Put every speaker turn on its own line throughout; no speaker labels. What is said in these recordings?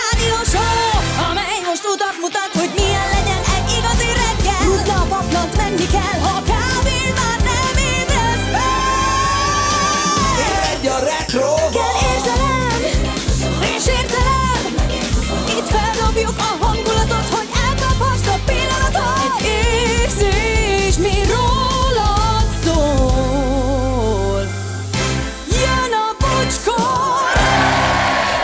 rádió show, amely most utat mutat, hogy milyen legyen egy igazi reggel. Rutna a paplant, menni kell, ha kávén már nem ébresz fel.
Egy a retro
Kell érzelem, és értelem, itt feldobjuk a hangulatot, hogy elkaphast a pillanatot. Egy érzés, mi rólad szól. Jön a bocskor!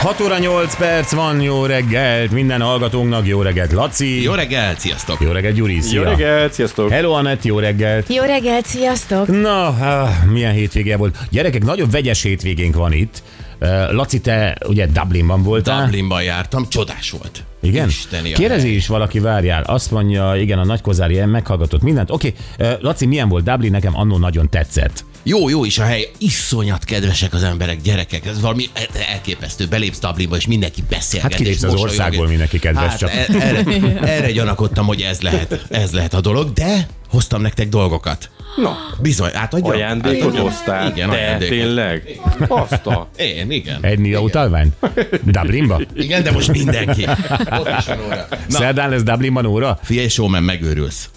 6 óra 8 perc van, jó reggelt minden hallgatónknak, jó reggelt Laci,
Jó reggelt, sziasztok!
jó reggelt Gyuri, szia.
Jó reggelt, sziasztok!
Hello Anett, jó reggelt.
Jó reggelt, sziasztok!
Na, ah, milyen hétvége volt. Gyerekek, nagyon vegyes hétvégénk van itt. Eh, Laci, te ugye Dublinban voltál.
Dublinban jártam, csodás volt.
Igen?
Isteni a
Kérdezi
hely.
is valaki, várjál. Azt mondja, igen, a nagykozári ilyen meghallgatott mindent. Oké, okay. Laci, milyen volt Dublin? Nekem annó nagyon tetszett.
Jó, jó is a hely, iszonyat kedvesek az emberek, gyerekek, ez valami el- elképesztő, belépsz Dublinba, és mindenki beszélget.
Hát kilépsz
és
az
mosolyog.
országból, mindenki kedves
hát,
csak.
e- erre, erre gyanakodtam, hogy ez lehet, ez lehet a dolog, de hoztam nektek dolgokat.
Na,
Bizony, hát átadjam?
ajándékot
Átadjam.
hoztál?
Igen,
de,
ajándékot.
tényleg? Azt a...
Én, igen.
Egy NIA utalvány? Dublinba?
Igen, de most mindenki. Ott is van óra. Na,
Szerdán lesz Dublinban óra?
figyelj, showman, megőrülsz.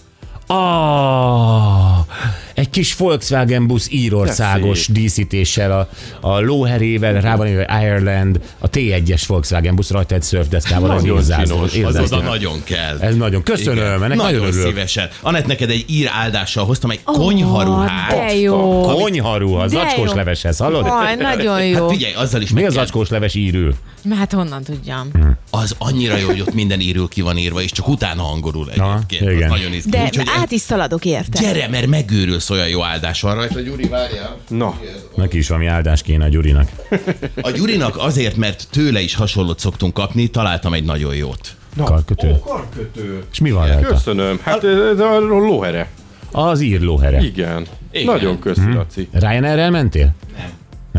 Ah, egy kis Volkswagen busz írországos
De
díszítéssel, a, a lóherével, rá van írva Ireland, a T1-es Volkswagen busz rajta egy szörfdeszkával, az
Nagyon
érzászlós.
csinos,
Az oda
érzászlós.
nagyon kell.
Ez nagyon. Köszönöm, ennek nagyon, örülök.
szívesen. Anett, neked egy ír áldással hoztam egy
Ah,
konyharuhát.
De jó!
Konyharú, a
De
zacskós
jó.
leveshez, hallod?
Hát, Aj, nagyon jó.
Hát figyelj, azzal is
Mi
meg
az
kell-
zacskós leves írül?
Hát honnan tudjam?
Az annyira jó, hogy ott minden írül ki van írva, és csak utána hangolul egyébként.
Na,
Na,
igen.
igen. Nagyon izgi.
De hát-
Úgyhogy
át is szaladok érte.
Gyere, mert megőrülsz, olyan jó áldás van rajta. Gyuri, várjál.
Na,
Neki is valami áldás kéne a Gyurinak.
A Gyurinak azért, mert tőle is hasonlót szoktunk kapni, találtam egy nagyon jót.
Karkötő.
karkötő.
És mi van rajta?
Köszönöm. Hát ez a lóhere.
Az ír lóhere.
Igen. Nagyon köszi,
Hm.
Laci.
Ryanair-rel mentél?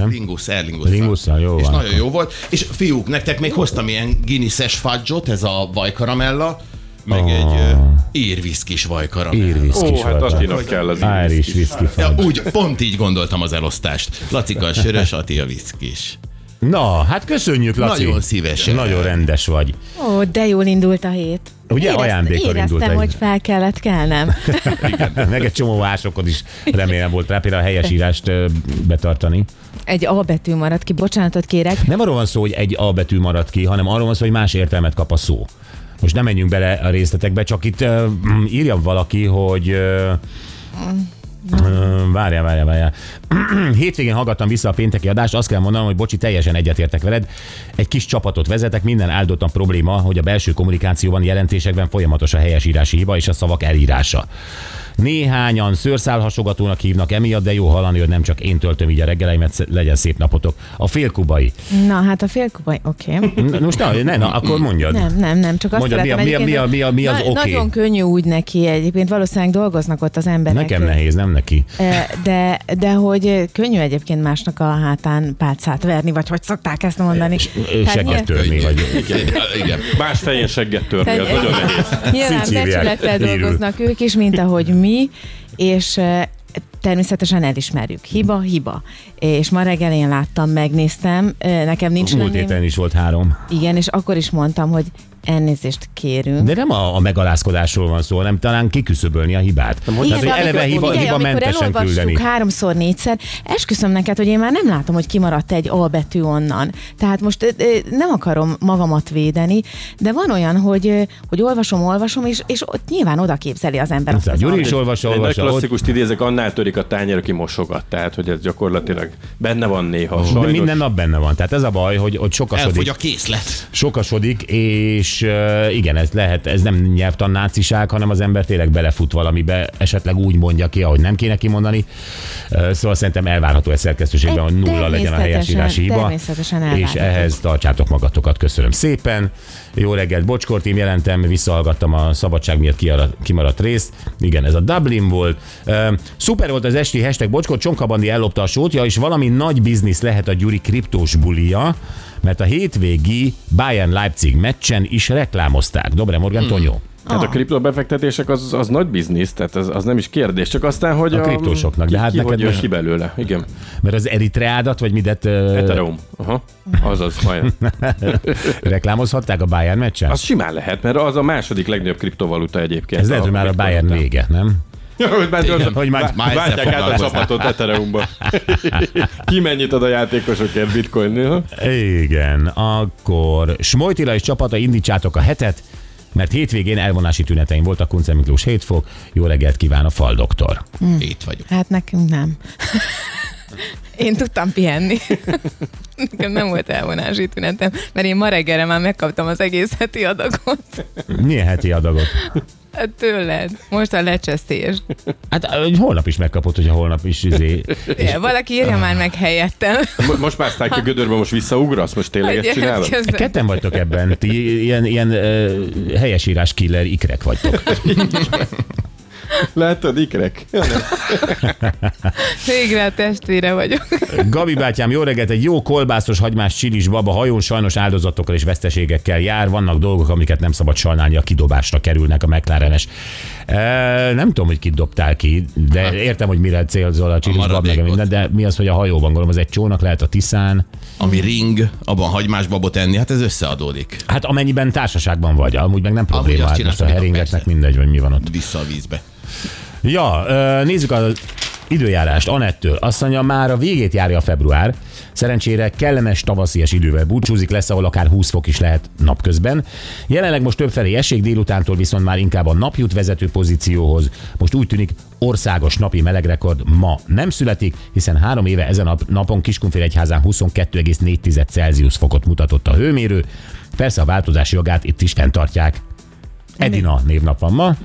Lingus, Erlingus.
Lingusszal, hát jó
eh, És
van.
nagyon jó volt. És fiúk, nektek még hoztam ilyen guinness-es fudge ez a vajkaramella, meg
Ah.
egy uh, írviszkis vajkaramella.
Írvisz
Ó,
kis
hát
volt.
Attinak kell az
Irish whisky.
Ja,
fudge.
úgy, pont így gondoltam az elosztást. Lacika a sörös, Ati a viszkis.
Na, hát köszönjük, Laci.
Nagyon szívesen.
Nagyon rendes vagy.
Ó, de jól indult a hét.
Ugye, ajándékkal
éreztem,
indult egy-
hogy fel kellett kelnem.
Meg egy csomó másokon is remélem volt rá, például a helyes írást ö, betartani.
Egy A betű maradt ki, bocsánatot kérek.
Nem arról van szó, hogy egy A betű maradt ki, hanem arról van szó, hogy más értelmet kap a szó. Most nem menjünk bele a részletekbe, csak itt uh, írja valaki, hogy... Uh, Várjál, várjál, várjál. Hétvégén hallgattam vissza a pénteki adást, azt kell mondanom, hogy bocsi, teljesen egyetértek veled. Egy kis csapatot vezetek, minden áldottan probléma, hogy a belső kommunikációban, jelentésekben folyamatos a helyesírási hiba és a szavak elírása. Néhányan szőrszálhasogatónak hívnak emiatt, de jó hallani, hogy nem csak én töltöm így a reggeleimet, legyen szép napotok. A félkubai.
Na, hát a félkubai, oké. Okay.
Na, Most ne, ne, na, akkor mondjad.
Nem, nem, nem, csak azt
Mondja, mi a-
szeretem
mi a- mi a- mi a- mi az
egyébként,
oké?
Nagyon könnyű úgy neki egyébként, valószínűleg dolgoznak ott az emberek.
Nekem nehéz, nem neki.
Eh, De, de hogy könnyű egyébként másnak a hátán pálcát verni, vagy hogy szokták ezt mondani.
Ő
Tehát
Segget törni, vagy
Igen. Igen.
Más fején segget törni, az
Tehát-
nagyon nehéz.
Nyilván
Szicíliák.
becsülettel
Írul.
dolgoznak ők is, mint ahogy mi, és e, természetesen elismerjük. Hiba, hiba. És ma reggel én láttam, megnéztem, e, nekem nincs
múlt
lenyém.
héten is volt három.
Igen, és akkor is mondtam, hogy elnézést kérünk.
De nem a, a megalázkodásról van szó, hanem talán kiküszöbölni a hibát. Tehát, hogy hát
de
eleve hiba,
figyelj,
hiba
amikor
mentesen
elolvassuk hát-
küldeni.
háromszor, négyszer, esküszöm neked, hogy én már nem látom, hogy kimaradt egy A betű onnan. Tehát most ö, ö, nem akarom magamat védeni, de van olyan, hogy, ö, hogy olvasom, olvasom, és, és ott nyilván oda képzeli az ember. azt
Tehát
az
Gyuri
A
is olvassa,
Egy nagy
olvassa. Ott,
klasszikust idézek, annál törik a tányér, aki mosogat. Tehát, hogy ez gyakorlatilag benne van néha,
de
sajnos.
minden nap benne van. Tehát ez a baj, hogy, hogy
Elfogy
sokasodik,
a készlet.
sokasodik, és uh, igen, ez lehet, ez nem nyelvtan náciság, hanem az ember tényleg belefut valamibe, esetleg úgy mondja ki, ahogy nem kéne kimondani. Uh, szóval szerintem elvárható egy szerkesztőségben, hogy nulla legyen a
Természetesen,
helyesírási hiba.
természetesen
És
elvárható.
ehhez tartsátok magatokat, köszönöm szépen. Jó reggelt, Bocskortim, jelentem, visszahallgattam a szabadság miatt kiara- kimaradt részt. Igen, ez a Dublin volt. Ö, Szuper volt az esti hashtag Bocskor, Csonkabandi ellopta a sót, ja, és valami nagy biznisz lehet a Gyuri kriptós bulia, mert a hétvégi Bayern Leipzig meccsen is reklámozták. Dobre Morgan Tonyó.
Tehát a kriptobefektetések az, az nagy biznisz, tehát az, az nem is kérdés, csak aztán, hogy
A kriptósoknak,
ki,
de hát
ki,
neked
hogy jön
most-
ki belőle. Igen.
Mert az eritreádat, vagy midet ö,
Ethereum. Aha. Azaz, majdnem.
reklámozhatták a Bayern meccsen?
Az simán lehet, mert az a második legnagyobb kriptovaluta egyébként.
Ez lehet, hogy már a Bayern vége, nem?
hogy már, Igen,
hogy
hogy
már-
már,
már
már
ezzel
váltják át a
foglalkoznak.
csapatot Ethereumba. Ki mennyit ad a játékosokért bitcoin? néha?
Igen, akkor Smojtila és csapata indítsátok a hetet, mert hétvégén elvonási tüneteim voltak, Kunce Miklós 7 fok. Jó reggelt kíván a fal doktor.
Itt vagyok.
Hát nekünk nem. Én tudtam pihenni. Nekem nem volt elvonási tünetem, mert én ma reggelre már megkaptam az egész heti adagot.
Milyen heti adagot?
Hát Tőled. Most a lecsesztés.
Hát ö, holnap is megkapod, hogyha holnap is izé.
Ja, valaki írja már meg helyettem.
Mo- Most már a gödörbe, most visszaugrasz? Most tényleg
hogy
ezt csinálod?
jelentkezzen.
Ketten vagytok ebben, ti ilyen, ilyen ö, helyesírás killer ikrek vagytok.
Látod, ikrek?
Végre a testvére vagyok.
Gabi bátyám, jó reggelt, egy jó kolbászos hagymás csilis baba hajón sajnos áldozatokkal és veszteségekkel jár. Vannak dolgok, amiket nem szabad sajnálni, a kidobásra kerülnek a McLarenes. E, nem tudom, hogy kit dobtál ki, de értem, hogy mire célzol a csilis bab meg a
Hát, maradékot.
minden, de mi az, hogy a hajóban gondolom, az egy csónak lehet a Tiszán.
Ami ring, abban hagymás babot enni, hát ez összeadódik.
Hát amennyiben társaságban vagy, amúgy meg nem
Amúgy
probléma.
azt
Hát most a
csináltam,
heringeknek
persze.
mindegy, hogy mi van ott.
Vissza a vízbe.
Ja, ö, nézzük az időjárást Anettől. Azt mondja, már a végét járja a február. Szerencsére kellemes tavaszias idővel búcsúzik, lesz, ahol akár 20 fok is lehet napközben. Jelenleg most többfelé esik, délutántól viszont már inkább a nap jut vezető pozícióhoz. Most úgy tűnik, országos napi melegrekord ma nem születik, hiszen három éve ezen a napon Kiskunfélegyházán 22,4 Celsius fokot mutatott a hőmérő. Persze a változás jogát itt is fenntartják. Edina névnap van ma.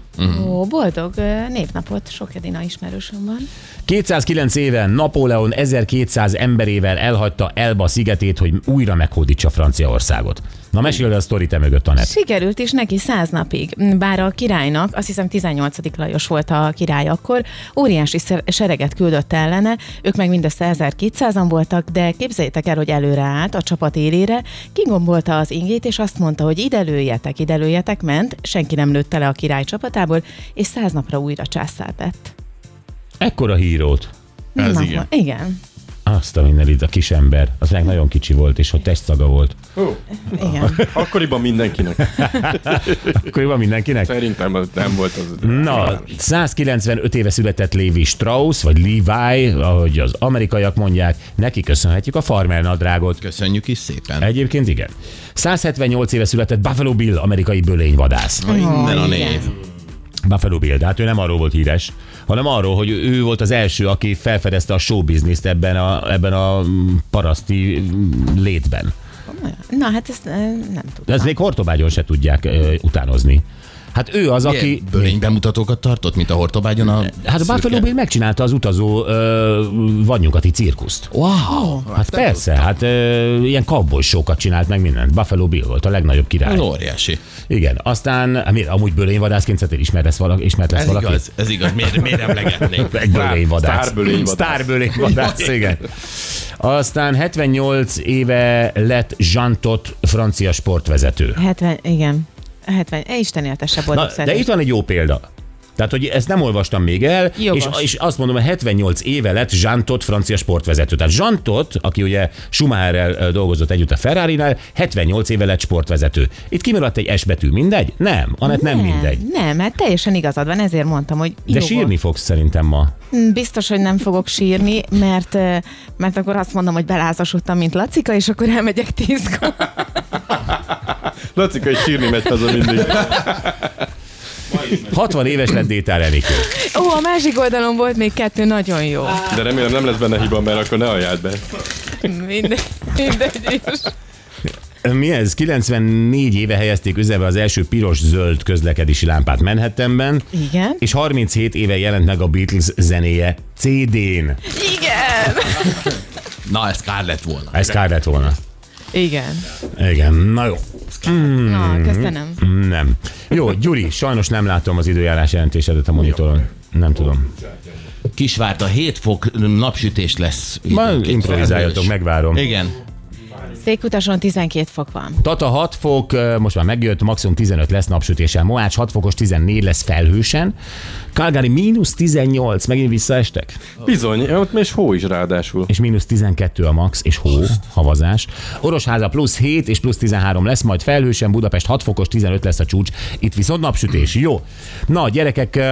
Ó, boldog ö, névnapot, sok Edina ismerősöm van.
209 éve Napóleon 1200 emberével elhagyta Elba szigetét, hogy újra meghódítsa Franciaországot. Na mesél a sztori te mögött, Anett.
Sikerült is neki száz napig, bár a királynak, azt hiszem 18. Lajos volt a király akkor, óriási szer- sereget küldött ellene, ők meg mindössze 1200-an voltak, de képzeljétek el, hogy előre állt a csapat élére, kigombolta az ingét, és azt mondta, hogy ide lőjetek, ide lőjetek, ment, senki nem lőtte le a király csapatából, és száz napra újra császár lett.
Ekkora hírót.
Ez
Na,
igen.
Igen,
Azt a mindenit, a kis ember. Az meg nagyon kicsi volt, és hogy testszaga volt.
Ó,
igen.
Akkoriban mindenkinek.
Akkor van mindenkinek?
Szerintem az nem volt az.
Na, 195 éve született Levi Strauss, vagy Levi, ahogy az amerikaiak mondják, neki köszönhetjük a farmer nadrágot.
Köszönjük is szépen.
Egyébként igen. 178 éve született Buffalo Bill, amerikai bölényvadász.
Ha Innen a
Ó,
név.
Buffalo Bill, de hát ő nem arról volt híres, hanem arról, hogy ő volt az első, aki felfedezte a showbizniszt ebben a, ebben a mm, paraszti mm, létben.
Na, hát ezt ö, nem tudom.
De ezt még Hortobágyon se tudják ö, utánozni. Hát ő az,
Aki
aki...
bölény bemutatókat tartott, mint a Hortobágyon a
Hát a Buffalo Bill megcsinálta az utazó ö, vadnyugati cirkuszt.
Wow!
Hát persze, hát ö, ilyen cowboy sokat csinált meg mindent. Buffalo Bill volt a legnagyobb király.
Ez óriási.
Igen, aztán, hát miért, amúgy bölényvadászként szerinted ismert lesz valaki? Ismert lesz
Ez
valaki?
igaz, ez igaz. Miért, miért emlegetnénk?
Egy bölényvadász.
Sztárbölényvadász.
Sztárbölényvadász, igen. Aztán 78 éve lett Jean Tot francia sportvezető.
70, igen. 70, e, Isten éltesse boldog
Na, de itt van egy jó példa. Tehát, hogy ezt nem olvastam még el, és,
Jogos.
és azt mondom, hogy 78 éve lett Jean Tot francia sportvezető. Tehát Jean Tot, aki ugye Schumacherrel ö, dolgozott együtt a Ferrari-nál, 78 éve lett sportvezető. Itt kimaradt egy S betű, mindegy? Nem, Anett nem, nem mindegy.
Nem, hát teljesen igazad van, ezért mondtam, hogy
De
jogos.
sírni fogsz szerintem ma.
Mm, Biztos, hogy nem fogok sírni, mert, ö, mert akkor azt mondom, hogy belázasodtam, mint Lacika, és akkor elmegyek tízkor.
Lacika is sírni megy haza mindig.
60 éves lett Détár Enikő.
Ó, a másik oldalon volt még kettő, nagyon jó.
De remélem nem lesz benne hiba, mert akkor ne ajánld be.
Mindegy, mindegy is.
Mi ez? 94 éve helyezték üzembe az első piros-zöld közlekedési lámpát Manhattanben,
Igen.
és 37 éve jelent meg a Beatles zenéje CD-n.
Igen.
Na, ez kár lett volna.
Ez kár lett volna.
Igen.
Igen, na jó. Hmm.
Na, köszönöm.
Nem. Jó, Gyuri, sajnos nem látom az időjárás jelentésedet a monitoron. Nem tudom.
Kisvárda 7 fok napsütés lesz.
Ma
Időnként felhős.
improvizáljatok, megvárom.
Igen.
Székutason 12 fok van.
Tata 6 fok, ö, most már megjött, maximum 15 lesz napsütéssel. Moács 6 fokos, 14 lesz felhősen. Calgary mínusz 18, megint visszaestek.
Bizony, ott még hó is ráadásul.
És mínusz 12 a max, és hó, havazás. Orosháza plusz 7 és plusz 13 lesz, majd felhősen Budapest 6 fokos, 15 lesz a csúcs. Itt viszont napsütés. Jó. Na, gyerekek, ö,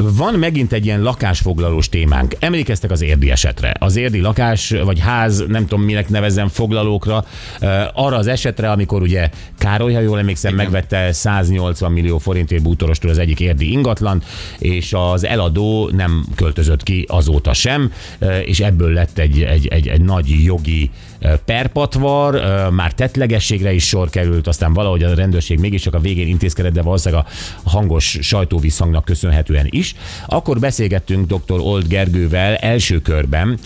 van megint egy ilyen lakásfoglalós témánk. Emlékeztek az érdi esetre. Az érdi lakás, vagy ház, nem tudom minek nevezem, foglalókra, ö, arra az esetre, amikor ugye Károly, ha jól emlékszem, megvette 180 millió forintért bútorostól az egyik érdi ingatlan, és az eladó nem költözött ki azóta sem, ö, és ebből lett egy, egy, egy, egy nagy jogi ö, perpatvar, ö, már tetlegességre is sor került, aztán valahogy a rendőrség mégiscsak a végén intézkedett, de valószínűleg a hangos sajtóviszonynak köszönhetően is. Akkor beszélgettünk dr. Old Gergővel első körben,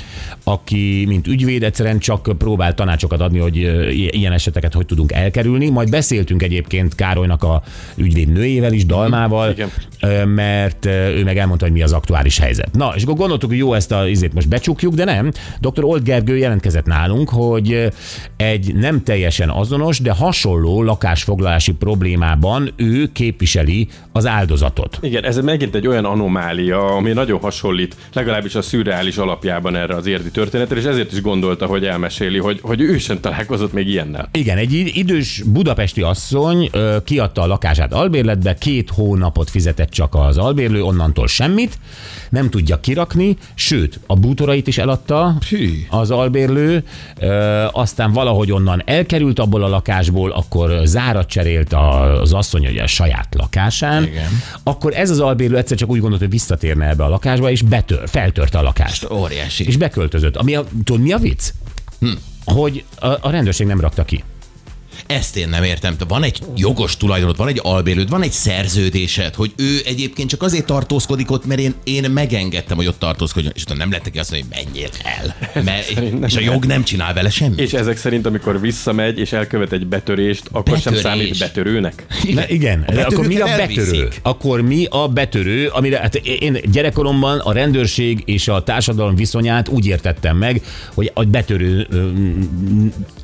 aki, mint ügyvéd, egyszerűen csak próbál tanácsokat adni, hogy ö, i- ilyen eseteket hogy tudunk elkerülni. Majd beszéltünk egyébként Károlynak a ügyvéd nőjével is, Dalmával,
Igen.
ö, mert ö, ő meg elmondta, hogy mi az aktuális helyzet. Na, és akkor gondoltuk, hogy jó, ezt a izét most becsukjuk, de nem. Dr. Old Gergő jelentkezett nálunk, hogy ö, egy nem teljesen azonos, de hasonló lakásfoglalási problémában ő képviseli az áldozatot.
Igen, ez megint egy olyan anomália, ami nagyon hasonlít, legalábbis a szürreális alapjában erre az érdi történetre, és ezért is gondolta, hogy elmeséli, hogy, hogy ő sem találkozott még ilyennel.
Igen, egy i- idős budapesti asszony ö, kiadta a lakását albérletbe, két hónapot fizetett csak az albérlő, onnantól semmit, nem tudja kirakni, sőt, a bútorait is eladta
Hű.
az albérlő, ö, aztán valahogy onnan elkerült abból a lakásból, akkor zárat cserélt a- az asszony ugye, a saját lakásán,
Igen.
akkor ez az albérlő egyszer csak úgy gondolt, hogy visszatérne ebbe a lakásba, és betör, feltörte a lakást.
Óriási.
És beköltözött. Ami a, tudod, mi a vicc?
Hm.
Hogy a, a rendőrség nem rakta ki.
Ezt én nem értem. Te Van egy jogos tulajdonod, van egy albérőd, van egy szerződésed, hogy ő egyébként csak azért tartózkodik ott, mert én, én megengedtem, hogy ott tartózkodjon, és utána nem lehet neki azt mondani, hogy menjél el. Mert, és a jog nem csinál vele semmit.
És ezek szerint, amikor visszamegy és elkövet egy betörést, akkor sem
Betörés.
számít betörőnek?
Na, igen,
betörőket
akkor mi a betörő?
elviszik.
Akkor mi a betörő, amire hát én gyerekkoromban a rendőrség és a társadalom viszonyát úgy értettem meg, hogy a betörő ö,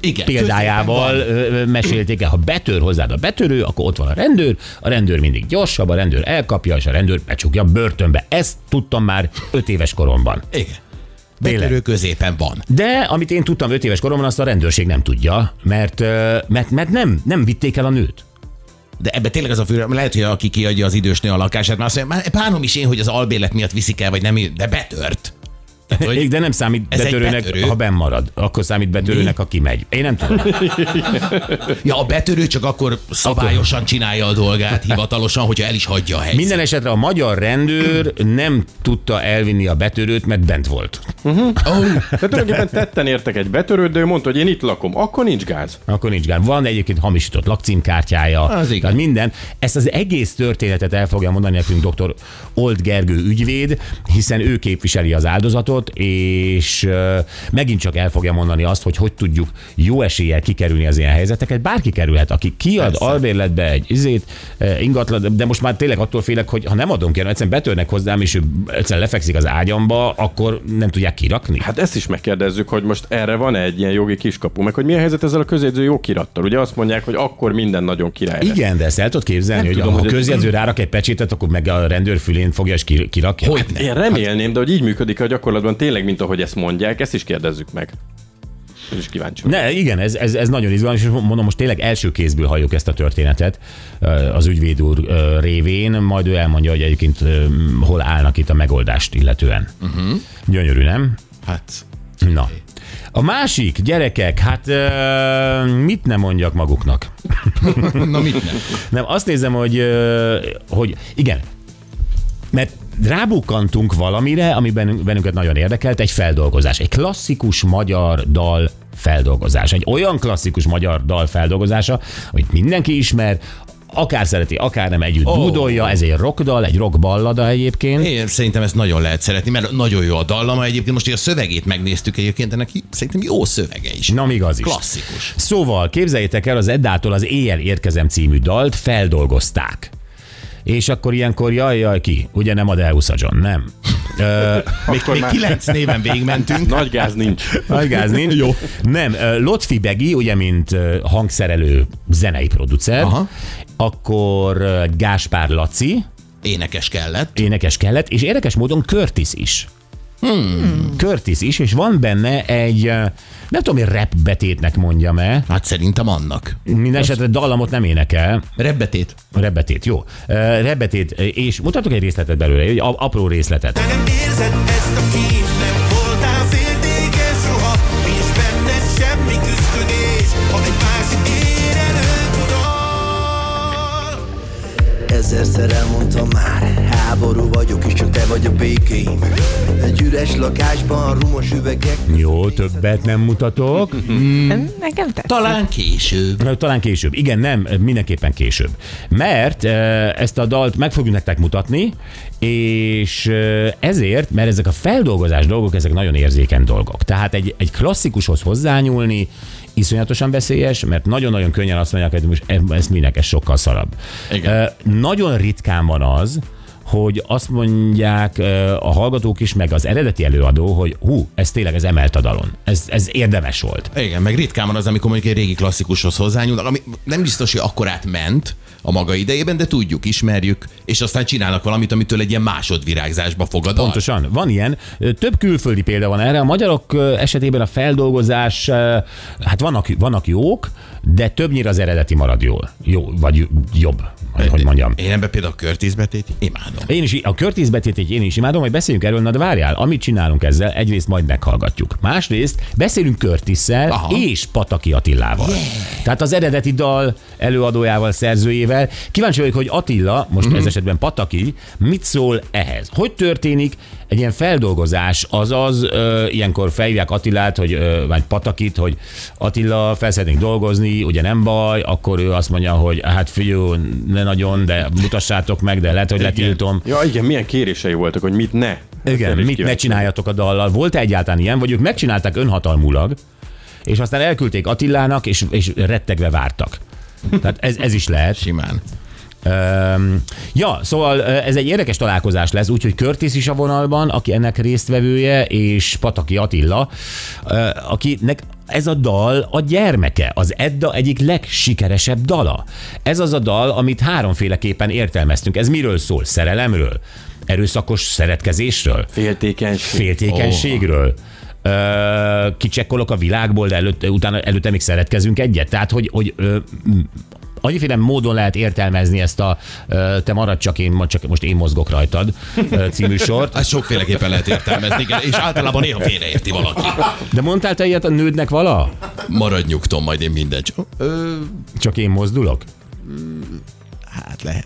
Igen.
példájával ö, ö, mesélték el. Ha betör hozzád a betörő, akkor ott van a rendőr, a rendőr mindig gyorsabb, a rendőr elkapja, és a rendőr becsukja börtönbe. Ezt tudtam már öt éves koromban.
Igen.
Tényleg.
Betörő középen van.
De amit én tudtam öt éves koromban, azt a rendőrség nem tudja, mert, ö, mert, mert nem, nem vitték el a nőt.
De ebbe tényleg az a fő, lehet, hogy aki kiadja az idős nő a lakását, már azt mondja, már bánom is én, hogy az albélet miatt viszik el, vagy nem, de betört. Tehát,
Hogy de nem számít
Ez egy
betörőnek,
betörő.
ha benn marad. Akkor számít betörőnek, ha kimegy. Én nem tudom.
ja, a betörő csak akkor szabályosan csinálja a dolgát, hivatalosan, hogyha el is hagyja a helyszínt.
Minden esetre a magyar rendőr nem tudta elvinni a betörőt, mert bent volt.
Oh.
De tulajdonképpen tetten értek egy betörőt, de ő mondta, hogy én itt lakom, akkor nincs gáz.
Akkor nincs gán. Van egyébként hamisított lakcímkártyája,
Az igen.
tehát minden. Ezt az egész történetet el fogja mondani nekünk dr. Old Gergő ügyvéd, hiszen ő képviseli az áldozatot, és ö, megint csak el fogja mondani azt, hogy hogy tudjuk jó eséllyel kikerülni az ilyen helyzeteket. Bárki kerülhet, aki kiad Persze. albérletbe egy izét, ö, ingatlan, de most már tényleg attól félek, hogy ha nem adom ki, hanem egyszerűen betörnek hozzám, és ő egyszerűen lefekszik az ágyamba, akkor nem tudják kirakni.
Hát ezt is megkérdezzük, hogy most erre van egy ilyen jogi kiskapu, meg hogy mi a helyzet ezzel a közjegyző jókirattal. Ugye azt mondják, hogy akkor minden nagyon király. lesz.
Igen, de ezt el tudod képzelni, hogy
tudom,
tudom, ha a
hogy-
közjegyző rárak egy pecsétet, akkor meg a rendőr fülén fogja és ki- kirakja. Hát,
Hogy ne?
Én remélném, de hogy így működik a gyakorlatban tényleg, mint ahogy ezt mondják, ezt is kérdezzük meg. Ez is kíváncsi. vagyok.
Ne, igen, ez, ez, ez nagyon izgalmas, és mondom, most tényleg első kézből halljuk ezt a történetet ö, az ügyvéd úr ö, révén, majd ő elmondja, hogy egyébként ö, hol állnak itt a megoldást illetően. Uh-huh. Gyönyörű, nem?
Hát,
Na. A másik, gyerekek, hát ö, mit nem mondjak maguknak?
na mit nem?
Nem, azt nézem, hogy, ö, hogy igen, mert rábukkantunk valamire, ami bennünk- bennünket nagyon érdekelt, egy feldolgozás, egy klasszikus magyar dal feldolgozás. Egy olyan klasszikus magyar dal feldolgozása, amit mindenki ismer, akár szereti, akár nem együtt oh.
Ó.
dúdolja, ez egy rockdal, egy rockballada egyébként.
Én szerintem ezt nagyon lehet szeretni, mert nagyon jó a dallama egyébként. Most, hogy a szövegét megnéztük egyébként, ennek szerintem jó szövege is.
Na, igaz is.
Klasszikus.
Szóval, képzeljétek el, az Eddától az Éjjel érkezem című dalt feldolgozták. és akkor ilyenkor jaj, jaj, ki, ugye nem ad Eusa John, nem. Ö,
Még, még kilenc néven végigmentünk.
Nagy gáz nincs.
nagy gáz nincs. Jó. Nem, ö, Lotfi Begi, ugye, mint ö, hangszerelő zenei producer, Aha.
Aha.
akkor ö, Gáspár Laci,
Énekes kellett.
énekes kellett, és érdekes módon Curtis is. Hmm. Curtis is, és van benne egy, ö, nem tudom, hogy rap betétnek mondjam-e,
Hát szerintem annak.
minden esetre dallamot nem énekel,
Rebbetét.
Rebetét, jó. Ö, Rebetét, és mutatok egy részletet belőle, egy a- apró részletet.
Te nem érzed ezt a kínt, nem voltál féltékeny soha, nincs benned semmi küszködés, ha egy másik ér előbb ural.
Ezerszer elmondtam már, háború vagyok, és csak te vagy a békém. Egy üres lakásban rumos üvegek,
Jó, többet nem mutatok. Hmm.
Nekem tetszik.
Talán később.
Ö, Talán később. Igen, nem, mindenképpen később. Mert ö, ezt a dalt meg fogjuk nektek mutatni, és ö, ezért, mert ezek a feldolgozás dolgok, ezek nagyon érzékeny dolgok. Tehát egy, egy klasszikushoz hozzányúlni iszonyatosan veszélyes, mert nagyon-nagyon könnyen azt mondják, hogy most e- ezt minek, ez sokkal szarabb.
Igen.
Ö, Nagyon ritkán van az, hogy azt mondják ö, a hallgatók is, meg az eredeti előadó, hogy hú, ez tényleg ez emelt a dalon. Ez, ez érdemes volt.
Igen, meg ritkán van az, amikor mondjuk egy régi klasszikushoz hozzányúlnak, ami nem biztos, hogy akkor átment a maga idejében, de tudjuk, ismerjük, és aztán csinálnak valamit, amitől egy ilyen másodvirágzásba fogad.
Pontosan, van ilyen. Ö, Több külföldi példa van erre. A magyarok ö, esetében a feldolgozás, ö, hát vannak, vannak jók, de többnyire az eredeti marad jól. Jó, vagy jobb, vagy hogy mondjam.
Én ebben például a Curtis betét imádom.
Én is, a Curtis betétét én is imádom, majd beszéljünk erről, na de várjál, amit csinálunk ezzel, egyrészt majd meghallgatjuk. Másrészt beszélünk Curtisszel
Aha.
és Pataki Attilával. Yeah. Tehát az eredeti dal előadójával, szerzőjével. Kíváncsi vagyok, hogy Attila, most mm-hmm. ez esetben Pataki, mit szól ehhez? Hogy történik egy ilyen feldolgozás, azaz ö, ilyenkor felhívják Attilát, hogy, ö, vagy Patakit, hogy Attila, fel szeretnénk dolgozni, ugye nem baj, akkor ő azt mondja, hogy hát fiú, ne nagyon, de mutassátok meg, de lehet, hogy letiltom.
Ja, igen, milyen kérései voltak, hogy mit ne.
Igen,
Erre
mit
is
ne
kíváncsi.
csináljatok a dallal? volt -e egyáltalán ilyen, vagy ők megcsinálták önhatalmulag, és aztán elküldték Attilának, és, és rettegve vártak. Tehát ez, ez is lehet.
Simán.
Öm, ja, szóval ö, ez egy érdekes találkozás lesz, úgyhogy Curtis is a vonalban, aki ennek résztvevője, és Pataki Attila, ö, akinek ez a dal a gyermeke, az Edda egyik legsikeresebb dala. Ez az a dal, amit háromféleképpen értelmeztünk. Ez miről szól? Szerelemről? Erőszakos szeretkezésről?
Féltékenység.
féltékenységről. Ö, kicsekkolok a világból, de előtt, utána, előtte még szeretkezünk egyet. Tehát, hogy, hogy ö, m- annyiféle módon lehet értelmezni ezt a ö, te maradj csak én, ma- csak most én mozgok rajtad ö, című sort.
Ezt sokféleképpen lehet értelmezni, igen, és általában néha félreérti valaki.
De mondtál te ilyet a nődnek vala?
Maradj nyugton, majd én mindent. csak- Ö,
Csak én mozdulok?
hát lehet.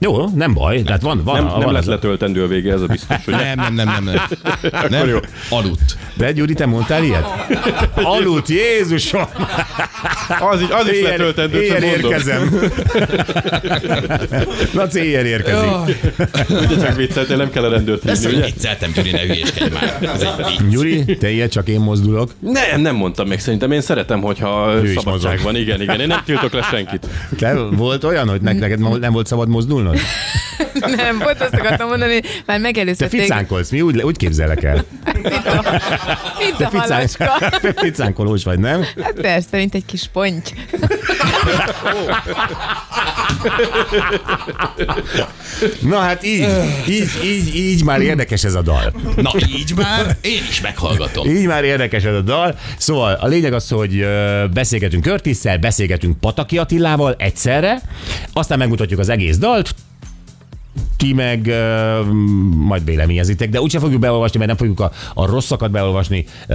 Jó, nem baj. Tehát van, van,
Nem,
Ah, van
nem
az
lesz
a-
letöltendő a vége, ez a biztos, hogy
Nem, nem, nem, nem. Nem, nem.
jó.
aludt.
De Gyuri, te mondtál ilyet? Aludt, Jézusom!
az, is- az is
Éjjel,
letöltendő,
éjjel
csak mondom.
érkezem. Laci, éjjel érkezik.
Ugye csak vicceltél, nem kell a rendőrt
Ezt
hívni,
hogy
ugye?
vicceltem, Gyuri, ne hülyéskedj már. Ez egy vicc.
Gyuri, te ilyet csak én mozdulok.
Nem, nem mondtam meg, szerintem én szeretem, hogyha
is
szabadság
mozog.
van. Igen, igen, én nem tiltok le senkit.
Te volt olyan, hogy nek- neked nem volt szabad mozdulnod?
Nem, pont azt akartam mondani, már
Te
megelőztették.
ficánkolsz, mi úgy, úgy képzelek el.
Mint
Te
a halacska.
ficánkolós vagy, nem?
Hát persze, mint egy kis ponty.
Na hát így, így, így, így már érdekes ez a dal.
Na így már, én is meghallgatom.
Így már érdekes ez a dal. Szóval a lényeg az, hogy ö, beszélgetünk Körtisszel, beszélgetünk Pataki Attilával egyszerre, aztán megmutatjuk az egész dalt, ti meg ö, majd véleményezitek, de úgyse fogjuk beolvasni, mert nem fogjuk a, a rosszakat beolvasni, ö,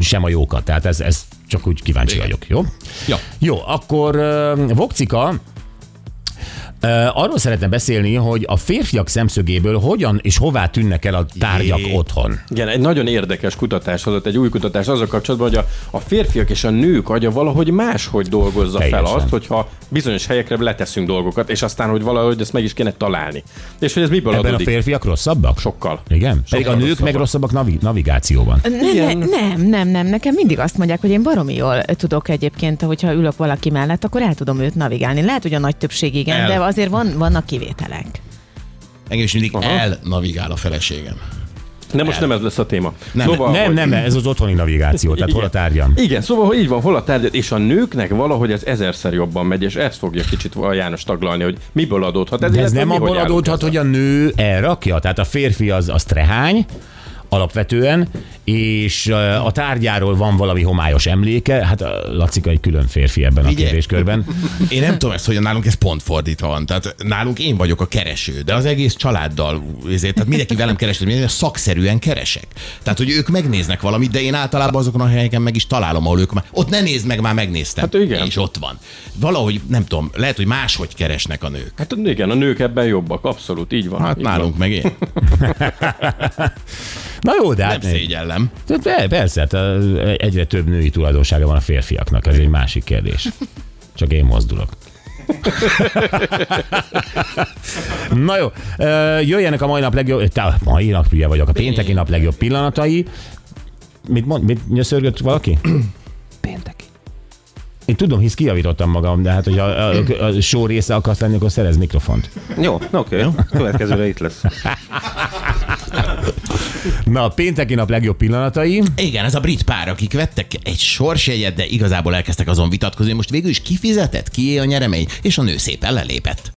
sem a jókat. Tehát ez, ez csak úgy kíváncsi
Igen.
vagyok, jó?
Ja.
Jó, akkor ö, Vokcika, ö, arról szeretne beszélni, hogy a férfiak szemszögéből hogyan és hová tűnnek el a tárgyak
Jé.
otthon.
Igen, egy nagyon érdekes kutatás adott, egy új kutatás azzal kapcsolatban, hogy a, a férfiak és a nők agya valahogy máshogy dolgozza
Teljesen.
fel azt, hogyha bizonyos helyekre leteszünk dolgokat, és aztán, hogy valahogy ezt meg is kéne találni. És hogy ez miből
Ebben
adódik?
a férfiak rosszabbak?
Sokkal.
Igen? Pedig a
Sokkal
nők meg
rosszabbak.
rosszabbak navi- navigációban.
Nem, ne- nem, nem, nem, nekem mindig azt mondják, hogy én baromi jól tudok egyébként, hogyha ülök valaki mellett, akkor el tudom őt navigálni. Lehet, hogy a nagy többség igen,
El.
de az azért van, vannak kivételek.
Engem is mindig
Aha.
elnavigál a feleségem.
De most nem ez lesz a téma.
Nem,
Nem,
Szóval, hogy-
nem, ez az otthoni navigáció, tehát hol a tárgyam.
Igen, szóval hogy így van, hol a tárgyat, és a nőknek valahogy ez ezerszer jobban megy, és ez fogja kicsit a János taglalni, hogy miből adódhat.
De ez
illetve
nem
mi, hogy
abból
állunk
adódhat,
ezzel.
hogy a nő elrakja, tehát a férfi az, az trehány, alapvetően, és ö, a tárgyáról van valami homályos emléke, hát ö, Lacika egy külön férfi ebben a
Figyelj.
kérdéskörben.
Én nem tudom ezt, hogy nálunk ez pont fordítva van. Tehát nálunk én vagyok a kereső, de az egész családdal, ezért, tehát mindenki velem keresett, én szakszerűen keresek. Tehát, hogy ők megnéznek valamit, de én általában azokon a helyeken meg is találom, ahol ők már, ott ne nézd meg, már megnéztem.
Hát igen.
És ott van. Valahogy, nem tudom, lehet, hogy máshogy keresnek a nők.
Hát igen, a nők ebben jobbak, abszolút, így van.
Hát
így
nálunk meg én.
Na jó, de
Nem
hát
szégyellem.
Be- Persze, hát ö, egyre több női tulajdonsága van a férfiaknak, ez egy másik kérdés. Csak én mozdulok. Na jó, ö, jöjjenek a mai nap legjobb, eh, te a mai nap hülye vagyok, a pénteki nap legjobb pillanatai. Mit mond, mit nyöszörgött valaki? Pénteki. Én tudom, hisz kijavítottam magam, de hát, hogy a, a, a show része akarsz lenni, akkor szerez mikrofont.
Jó, na oké, következőre itt lesz.
Na, a pénteki nap legjobb pillanatai.
Igen, ez a brit pár, akik vettek egy sorsjegyet, de igazából elkezdtek azon vitatkozni, most végül is kifizetett, kié a nyeremény, és a nő szépen lelépett.